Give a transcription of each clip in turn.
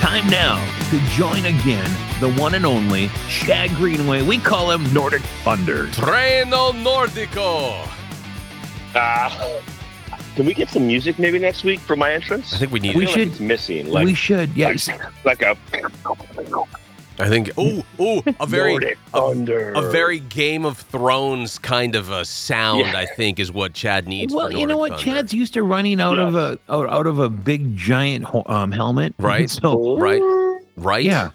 time now to join again the one and only Chad Greenway. We call him Nordic Thunder. Treno Nordico. Ah. Can we get some music maybe next week for my entrance? I think we need. I it. We feel should- Like it's missing. Like, we should, yes. like a I think. Oh, oh, a very, Nordic a- thunder. a very Game of Thrones kind of a sound. Yeah. I think is what Chad needs. Well, for you know what? Nordic Thunder. Chad's used to running out Yeah. of a out, out of a big giant ho- um, helmet, Right. So right? Right? yeah,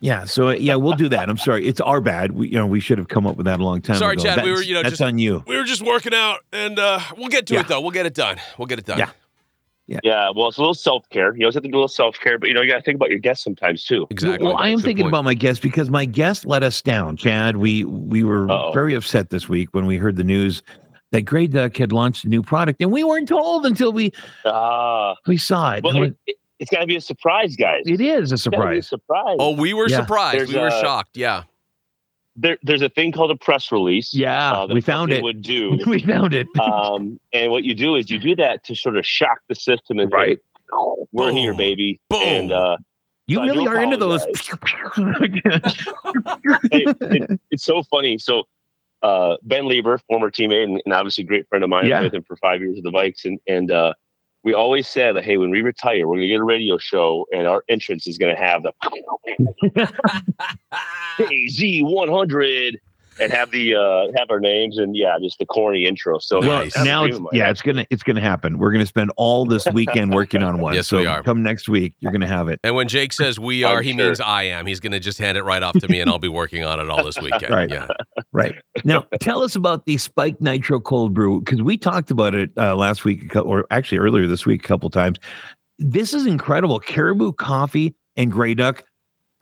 yeah. So yeah, we'll do that. I'm sorry, it's our bad. We you know we should have come up with that a long time Sorry, ago. Chad, we That's- were, you know, that's just- on you. We were just working out, and uh, we'll get to Yeah. it though. We'll get it done. We'll get it done. Yeah. Yeah, well, it's a little self care. You always have to do a little self care, but you know, you got to think about your guests sometimes too. Exactly. Well, I am Good thinking point. about my guest because my guest let us down, Chad. We we were Uh-oh. very upset this week when we heard the news that Grey Duck had launched a new product, and we weren't told until we Ah, we saw it. well, And it, it, has got to be a surprise, guys. it is a It's gotta be a surprise. surprise. Oh, we were Yeah. surprised. There's we were a- shocked. Yeah. There, there's a thing called a press release. Yeah, uh, that we found company it. Would do. we found it. um, and what you do is you do that to sort of shock the system and say, Right. we're here, Boom. baby. Boom. And uh, You I do really are into those. hey, it, it's so funny. So uh, Ben Lieber, former teammate and, and obviously great friend of mine, Yeah. I was with him for five years with the Vikes, and and uh, we always said that hey, when we retire, we're gonna get a radio show, and our entrance is gonna have the AZ100, and have the uh, have our names and yeah, just the corny intro. So well, Nice. that's now the it's, dream of mine. yeah, it's gonna it's gonna happen. We're gonna spend all this weekend working on one. Yes, so we are. come next week, you're gonna have it. And when Jake says we are, I'm he sure. means I am. He's going to just hand it right off to me, and I'll be working on it all this weekend. Right. Yeah. Right. Now, tell us about the Spike Nitro Cold Brew because we talked about it uh, last week, a cou- or actually earlier this week, a couple times. This is incredible. Caribou coffee and Grey Duck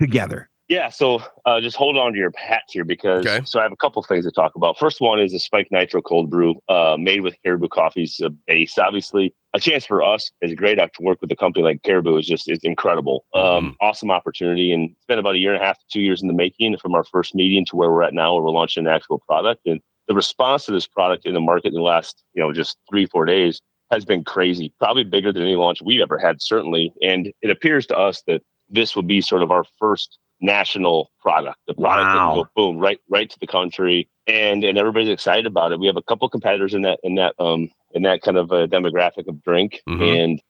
together. Yeah, so uh, just hold on to your hats here because Okay. so I have a couple things to talk about. First one is the Spike Nitro Cold Brew, uh, made with Caribou Coffee's uh, base. Obviously, a chance for us as a great act to work with a company like Caribou is just it's incredible. Um, Mhm. Awesome opportunity, and it's been about a year and a half to two years in the making from our first meeting to where we're at now, where we're launching an actual product. And the response to this product in the market in the last you know just three four days has been crazy, probably bigger than any launch we've ever had, certainly. And it appears to us that this will be sort of our first national product. The product Wow. that will go boom right right to the country, and and everybody's excited about it. We have a couple competitors in that in that um in that kind of uh demographic of drink, Mm-hmm. Mhm. and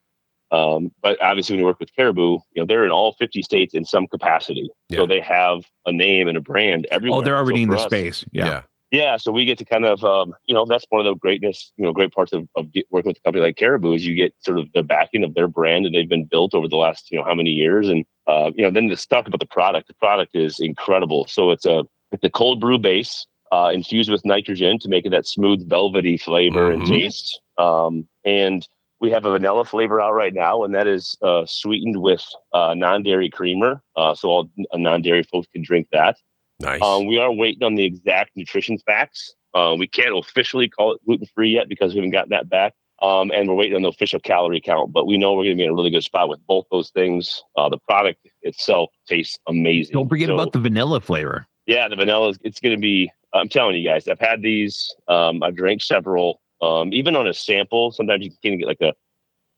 um, but obviously when you work with Caribou, you know they're in all fifty states in some capacity, Yeah. so they have a name and a brand everywhere. Oh, they're already So in for the us- space. Yeah. yeah, so we get to kind of, um, you know, that's one of the greatness, you know, great parts of, of get, working with a company like Caribou is you get sort of the backing of their brand and they've been built over the last, you know, how many years. And, uh, you know, then let's talk about the product. The product is incredible. So it's a, it's a cold brew base uh, infused with nitrogen to make it that smooth, velvety flavor Mhm. and taste. Um, and we have a vanilla flavor out right now, and that is uh, sweetened with uh, non dairy creamer. Uh, so all non dairy folks can drink that. Nice. Um, we are waiting on the exact nutrition facts. Uh, we can't officially call it gluten free yet because we haven't gotten that back. Um, and we're waiting on the official calorie count, but we know we're going to be in a really good spot with both those things. Uh, the product itself tastes amazing. Don't forget So- about the vanilla flavor. yeah, the vanilla is it's going to be. I'm telling you guys, I've had these. Um, I've drank several. Um, even on a sample, sometimes you can get like a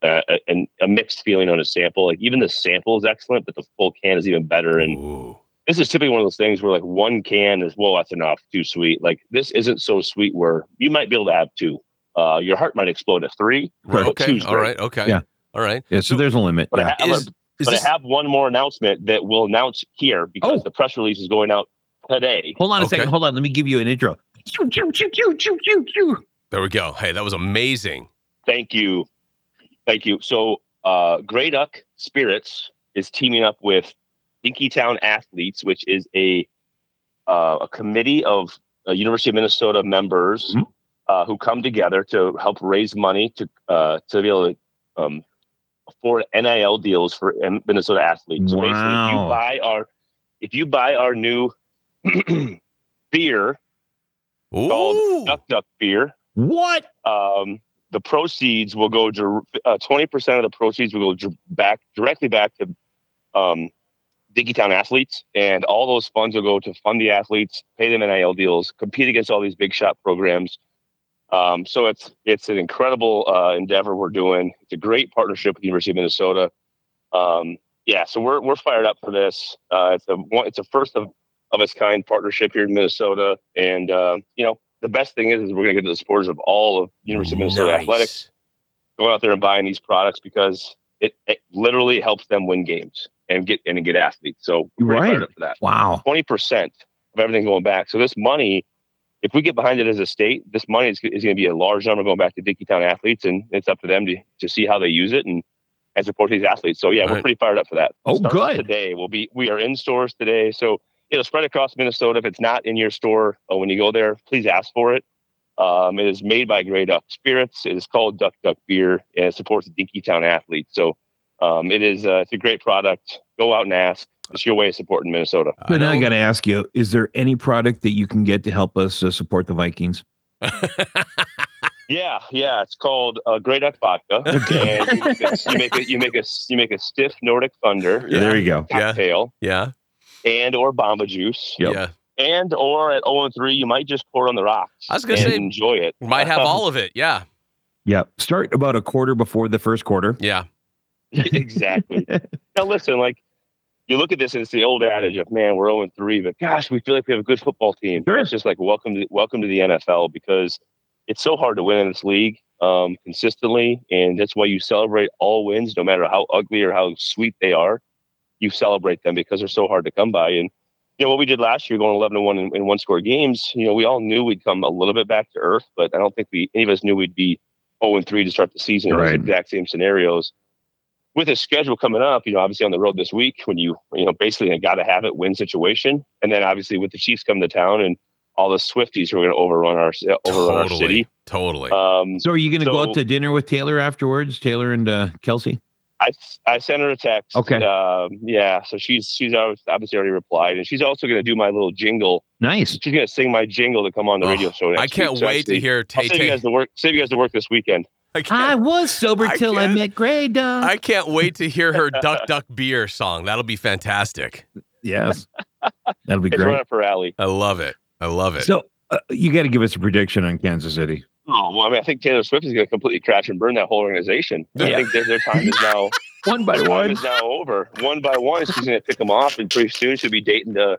a, a a mixed feeling on a sample. Like even the sample is excellent, but the full can is even better. And Ooh. this is typically one of those things where like one can is well that's enough too sweet like this isn't so sweet where you might be able to have two uh your heart might explode at three Right, but Okay. two's All great. right. Okay. Yeah. All right. Yeah. So, So- there's a limit. but, yeah. I, have, Is, is but this, I have one more announcement that we'll announce here because Oh. the press release is going out today Hold on a Okay. second. Hold on. Let me give you an intro. Choo, choo, choo, choo, choo, choo, choo. there we go. Hey, that was amazing. Thank you. Thank you. So, uh, Grey Duck Spirits is teaming up with Dinkytown Athletes, which is a uh, a committee of uh, University of Minnesota members Mhm. uh, who come together to help raise money to uh, to be able to um, afford NIL deals for M- Minnesota athletes. So basically, if Wow. you buy our if you buy our new beer Ooh. called Duck Duck Beer, What? um, the proceeds will go uh, twenty percent of the proceeds will go dir- back directly back to um, Digitown athletes, and all those funds will go to fund the athletes, pay them NIL deals, compete against all these big shot programs. Um, so it's it's an incredible uh, endeavor we're doing. It's a great partnership with the University of Minnesota. Um, yeah, so we're we're fired up for this. Uh, it's a one- it's a first of, of its kind partnership here in Minnesota, and uh, you know the best thing is, is we're going to get the supporters of all of University of Minnesota athletics going out there and buying these products because it, it literally helps them win games and get and get athletes. So we're pretty Right. fired up for that. Wow. Twenty percent of everything going back. So this money, if we get behind it as a state, this money is, is going to be a large number going back to Dickeytown athletes, and it's up to them to, to see how they use it and and support these athletes. So yeah, we're Right. pretty fired up for that. Oh, Starts good. Today we'll be we are in stores today, so it'll spread across Minnesota. If it's not in your store uh, when you go there, please ask for it. Um, it is made by Grey Duck Spirits. It is called Duck Duck Beer, and it supports Dickeytown athletes. So um, it is uh, it's a great product. Go out and ask. It's your way of supporting Minnesota. But now I know. got to ask you: Is there any product that you can get to help us uh, support the Vikings? Yeah, yeah, it's called uh, Grey Duck Vodka, Okay. and you make, a, you make a you make a you make a stiff Nordic Thunder Yeah. There you go. Yeah. cocktail yeah. and or Bomba Juice, Yep. Yeah. and or at zero and three you might just pour it on the rocks. I was gonna and say- enjoy it. Might have all of it. Yeah. Yeah. Start about a quarter before the first quarter. Yeah. exactly. now listen, like you look at this and it's the old adage of man, we're 0 3, but gosh, we feel like we have a good football team. Sure. It's just like welcome to welcome to the NFL because it's so hard to win in this league um, consistently, and that's why you celebrate all wins, no matter how ugly or how sweet they are. You celebrate them because they're so hard to come by. And you know what we did last year, going 11 to one in, in one score games. You know, we all knew we'd come a little bit back to earth, but I don't think we any of us knew we'd be 0 3 to start the season. in Right. those exact same scenarios with his schedule coming up, you know, obviously on the road this week, when you, you know, basically a got to have it win situation. And then obviously with the Chiefs coming to town and all the Swifties who are going to overrun our, uh, overrun our Totally. city. Totally. Um, So are you going to go So- out to dinner with Taylor afterwards, Taylor and uh, Kelsey? I, I sent her a text. Okay. Um, yeah. So she's, she's ob- obviously already replied and she's also going to do my little jingle. Nice. She's going to sing my jingle to come on the Oh, radio show. Next I can't week. So wait to actually, hear I'll Tay save you Tay. guys the work. Save you guys the work this weekend. I I can't, was sober I till I, can't- met Grey Dog. I can't wait to hear her Duck Duck Beer song. That'll be fantastic. yes. That'll be It's right great. up her alley. I love it. I love it. So uh, you got to give us a prediction on Kansas City. Oh, well, I mean, I think Taylor Swift is going to completely crash and burn that whole organization. I Yeah. think their, their time is now One by Her time one. is now over. One by one, she's gonna pick them off, and pretty soon she'll be dating the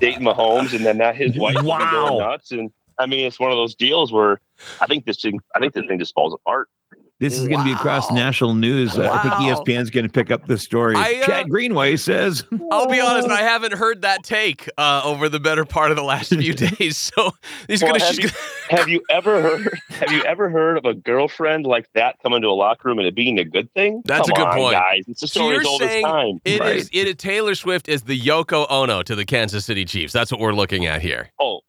dating Mahomes, and then that his wife will be Wow. going nuts. And I mean, it's one of those deals where I think this thing, I think this thing just falls apart. This is going to be across Wow. national news. Uh, I think Wow. ESPN's going to pick up the story. I, uh, Chad Greenway says, I'll be honest, I haven't heard that take uh, over the better part of the last few days. So he's Well, gonna. have she's you- gonna- Have you ever heard? Have you ever heard of a girlfriend like that coming to a locker room and it being a good thing? That's a Come good on, point. guys. It's a So story you're as old as saying- time. It is. Right. It is. Taylor Swift is the Yoko Ono to the Kansas City Chiefs. That's what we're looking at here. Oh.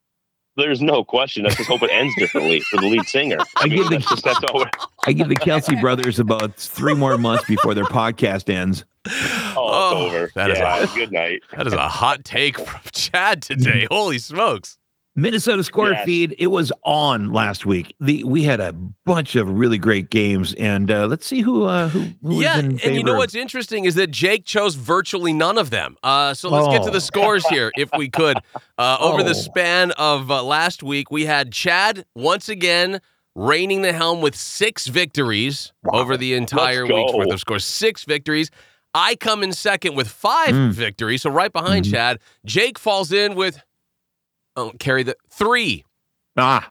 There's no question. Let's just hope it ends differently for the lead singer. I, I mean, give the- that's just that's all. we're- I give the Kelsey brothers about three more months before their podcast ends. Oh, Oh, it's over. That is yeah, a, good night. that is a hot take from Chad today. Holy smokes! Minnesota score Yes. feed. It was on last week. The we had a bunch of really great games, and uh, let's see who uh, who, who yeah, is in and favor. you know of- what's interesting is that Jake chose virtually none of them. Uh, so let's get to Oh. the scores here, if we could. Uh, over Oh. the span of uh, last week, we had Chad once again reigning the helm with six victories Wow. over the entire Let's week's go. worth of scores. Six victories. I come in second with five Mm. victories, so right behind Mhm. Chad. Jake falls in with oh, carry the three, ah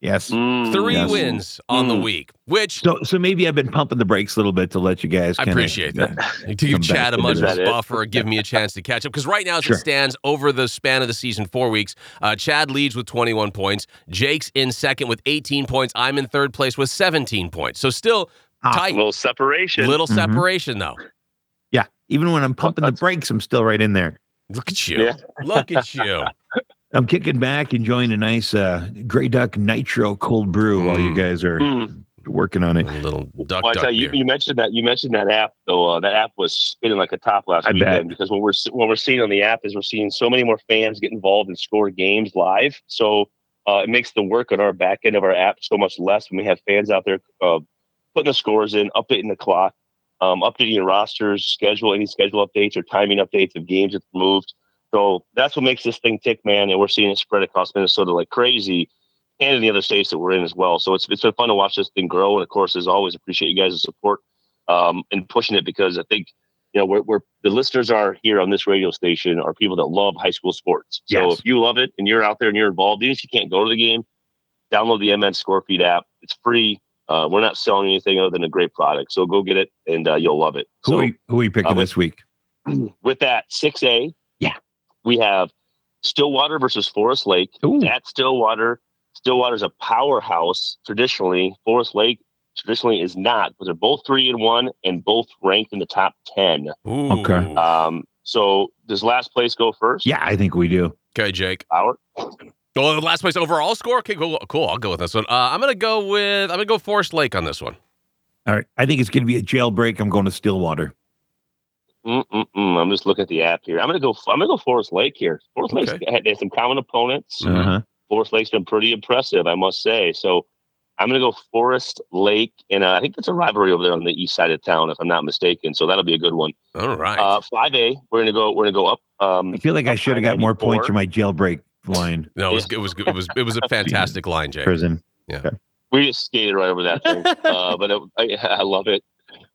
yes. Mm. three Yes. wins on the Mm. week, which So so maybe I've been pumping the brakes a little bit to let you guys. I kinda- appreciate that. Come To give back Chad a into much that. buffer, or give me a chance to catch up. Because right now, as Sure. it stands over the span of the season, four weeks, uh, Chad leads with 21 points. Jake's in second with 18 points. I'm in third place with 17 points. So still Ah, tight. little separation. Little Mhm. separation, though. Yeah, even when I'm pumping the brakes, I'm still right in there. Look at you. Yeah. Look at you. I'm kicking back, enjoying a nice uh, Grey Duck Nitro Cold Brew while you Mm. guys are Mm. working on it. A little duck Well, I duck tell you, beer. you mentioned that you mentioned that app though. Uh, that app was spinning like a top last I bet. weekend because what we're s- what we're seeing on the app is we're seeing so many more fans get involved and score games live. So uh, it makes the work on our back end of our app so much less when we have fans out there uh, putting the scores in, updating the clock, um, updating your rosters, schedule any schedule updates or timing updates of games that's moved. So that's what makes this thing tick, man. And we're seeing it spread across Minnesota like crazy and in the other states that we're in as well. So it's, it's been fun to watch this thing grow. And of course, as always, appreciate you guys' support um, and pushing it because I think you know, where, where the listeners are here on this radio station are people that love high school sports. So Yes. if you love it and you're out there and you're involved, even if you can't go to the game, download the MN Scorefeed app. It's free. Uh, we're not selling anything other than a great product. So go get it and uh, you'll love it. Who So, are you, who are you picking I'm with- this week? with that 6A, Yeah. we have Stillwater versus Forest Lake. Ooh, At Stillwater, Stillwater's a powerhouse traditionally. Forest Lake traditionally is not, but they're both three and one and both ranked in the top ten. Ooh. Okay. Um, so does last place go first? yeah, I think we do. okay, Jake. Power. Go last place overall score. Okay, cool. Cool. I'll go with this one. Uh, I'm gonna go with I'm gonna go Forest Lake on this one. All right, I think it's going to be a jailbreak. I'm going to Stillwater. Mm-mm-mm. I'm just looking at the app here. I'm gonna go. I'm gonna go Forest Lake here. Forest Lake's Okay. had, they had some common opponents. Mhm. Uh-huh. Forest Lake's been pretty impressive, I must say. So I'm going to go Forest Lake, and uh, I think that's a rivalry over there on the east side of town, if I'm not mistaken. So that'll be a good one. All right. Uh, Five A, we're going to go. We're going to go up. Um, I feel like I Up should have got more points for my jailbreak line no, it was, it was it was it was a fantastic line, Jake. prison. we just skated right over that thing, uh, but it, I, I love it.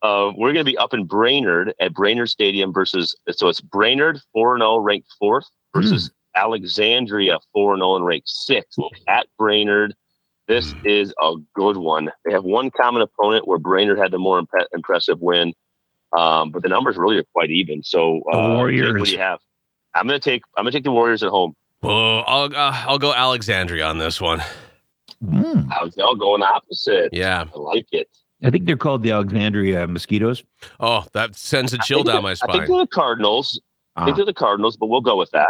Uh, we're going to be up in Brainerd at Brainerd Stadium versus. So it's Brainerd four and zero, ranked fourth, Mm. versus Alexandria four and zero and ranked sixth at Brainerd. This Mm. is a good one. They have one common opponent where Brainerd had the more impre- impressive win, um, but the numbers really are quite even. So uh, The Jake, Warriors. what do you have? I'm going to take. I'm going to take the Warriors at home. Well, I'll uh, I'll go Alexandria on this one. Mm. I'll, I'll go on the opposite. Yeah. I like it. I think they're called the Alexandria Mosquitoes. Oh, that sends a I chill think down that- my I think spine. they're the Cardinals. Ah, Into the Cardinals, but we'll go with that.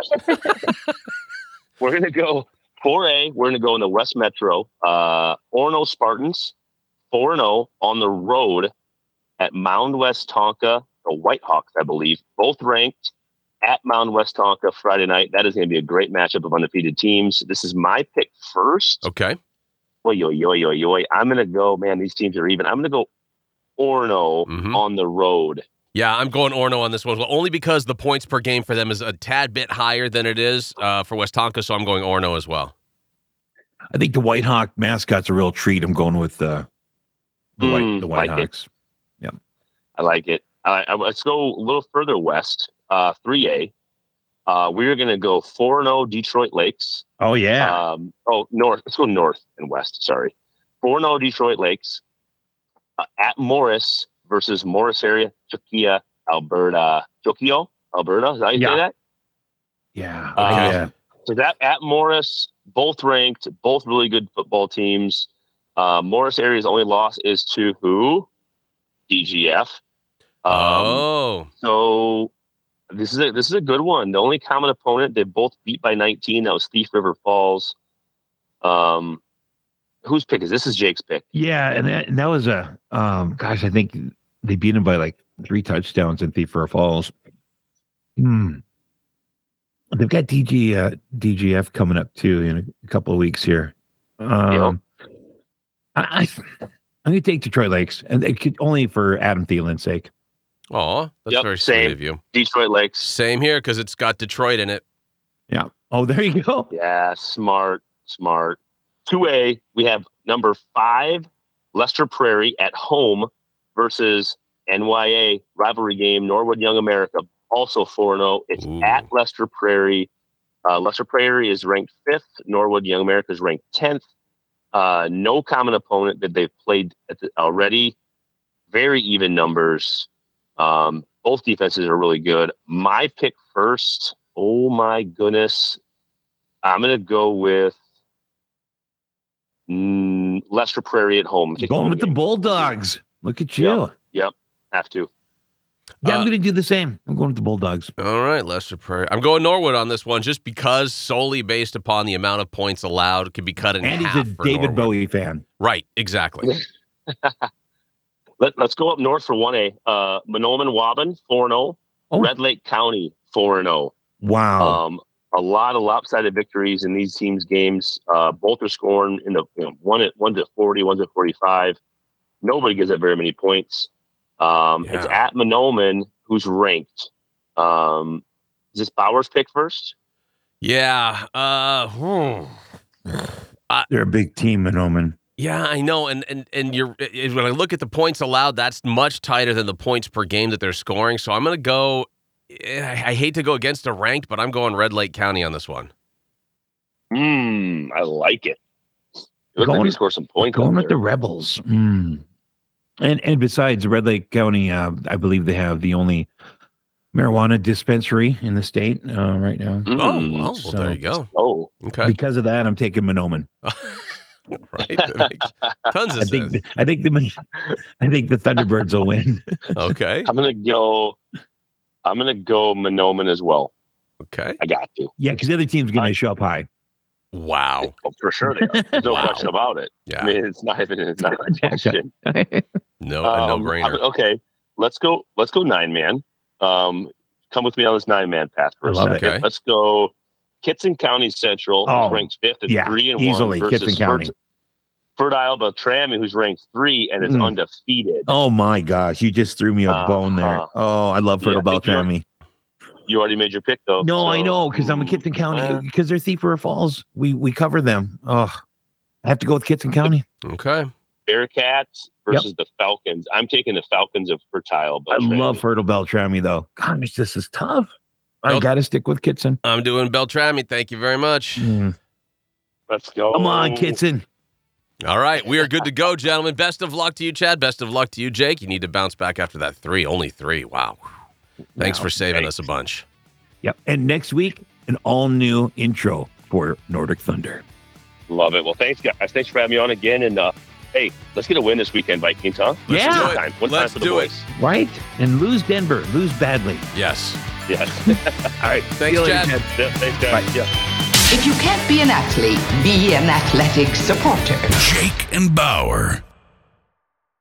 we're going to go 4A. We're going to go in the West Metro. Uh, Orno Spartans, 4 0 on the road at Mound West Tonka, the Whitehawks, I believe, both ranked at Mound West Tonka Friday night. That is going to be a great matchup of undefeated teams. This is my pick first. Okay. Oy, oy, oy, oy, oy. I'm going to go, man, these teams are even. I'm going to go Orno Mhm. on the road. Yeah, I'm going Orno on this one. Well, only because the points per game for them is a tad bit higher than it is uh, for West Tonka, so I'm going Orno as well. I think the White Hawk mascot's a real treat. I'm going with uh, the White, Mm, the White like it. Hawks. I like it. Uh, I- let's go a little further west, uh, 3A. Uh, we're going to go 4 0 Detroit Lakes. Oh yeah, Um, oh, north. Let's go north and west. Sorry. 4 0 Detroit Lakes uh, at Morris versus Morris area, Tokyo, Alberta. Tokyo, Alberta. Is that how you Yeah. say that? yeah, uh, yeah. So that at Morris, both ranked, both really good football teams. Uh, Morris area's only loss is to who? DGF. Um, oh, so this is a this is a good one. The only common opponent they both beat by 19. That was Thief River Falls. Um, whose pick is this? Is Jake's pick? Yeah, and that, and that was a um, gosh, I think they beat him by like three touchdowns in Thief River Falls. Hmm. They've got DG uh, DGF coming up too in a couple of weeks here. Um, I, I I'm gonna take Detroit Lakes, and it could, only for Adam Thielen's sake. oh, that's Yep, very sweet same. of you. Detroit Lakes. Same here because it's got Detroit in it. Oh, there you go. Yeah, smart, smart. Two A. We have number five, Lester Prairie at home versus NYA rivalry game Norwood Young America. Also four zero. It's Ooh. at Lester Prairie. Uh, Lester Prairie is ranked fifth. Norwood Young America is ranked tenth. Uh, no common opponent that they've played at the, already. Very even numbers. Um, both defenses are really good. My pick first. Oh my goodness. I'm gonna go with mm, Lester Prairie at home. Going with the Bulldogs. Look at you. Have to. Yeah, Uh, I'm going to do the same. I'm going with the Bulldogs. All right, Lester Prairie. I'm going Norwood on this one just because solely based upon the amount of points allowed it could be cut in And he's half. a for David Norwood. Bowie fan. Right, exactly. Let, let's go up north for one A. Uh, Monoman Wabin four zero. Oh. Red Lake County four oh. zero. Oh. Wow. Um, a lot of lopsided victories in these teams' games. Uh, both are scoring in the you know, one at one's at forty, one's at forty-five. Nobody gives up very many points. Um, It's Yeah. at Monoman, who's ranked. Um, is this Bowers pick first? yeah. Uh, hmm. They're a big team in Omen. Yeah, I know, and and and you're eh, when I look at the points allowed, that's much tighter than the points per game that they're scoring. So I'm going to go. eh, I I hate to go against the ranked, but I'm going Red Lake County on this one. Hmm, I like it. Look, Going- maybe score some points. Going out with the there. Rebels. Mm. And and besides Red Lake County, uh, I believe they have the only marijuana dispensary in the state uh, right now. Hmm, Oh, well, well, so- there you go. oh, Okay, Because of that, I'm taking Monoman. right, that makes tons I of think sense. the, I think the I think the Thunderbirds will win. Okay, I'm gonna go. I'm gonna go Monoman as well. okay. I got to. Yeah, because the other team's going to show up high. Wow. Oh, for sure, they are. There's no Wow. question about it. I Yeah. mean, it's not even it's not a question. No. a Um, no brainer. I'm- okay, let's go. Let's go nine man. Um, come with me on this nine man path for I a love second. it. Okay. Let's go. Kitson County Central Oh, who's ranked fifth at yeah, three and easily, one Kitson versus County. Fert- Fertile Beltrami, who's ranked three and is Mm. undefeated. Oh my gosh, you just threw me a bone there. Uh-huh. Oh, I love Yeah, Fertile I think you're- Beltrami. You already made your pick though. No, I so- know because I'm a Hmm. Kitson Uh, County because they're Thief River Falls. We we cover them. Oh, I have to go with Kitson County. Okay. Bearcats versus the Falcons. I'm taking the Falcons of Fertile. I Beltrami. love Fertile Beltrami though. Gosh, this is tough. I Nope. got to stick with Kitson. I'm doing Beltrami. Thank you very much. Mm. Let's go. Come on, Kitson. All right, we are good to go, gentlemen. Best of luck to you, Chad. Best of luck to you, Jake. You need to bounce back after that three. Only three. Wow. Thanks Wow. for saving Thanks. us a bunch. Yep. And next week, an all new intro for Nordic Thunder. Love it. Well, thanks, guys. Thanks for having me on again. And uh, hey, let's get a win this weekend, Vikings, huh? Let's Yeah. do it. One time, one Let's time for the do it. boys. Right? And lose Denver, lose badly. Yes. Yes. All right. Thanks, See you later, Chad. Chad. Yeah, thanks, guys. Bye. Yeah. If you can't be an athlete, be an athletic supporter. Jake and Bauer.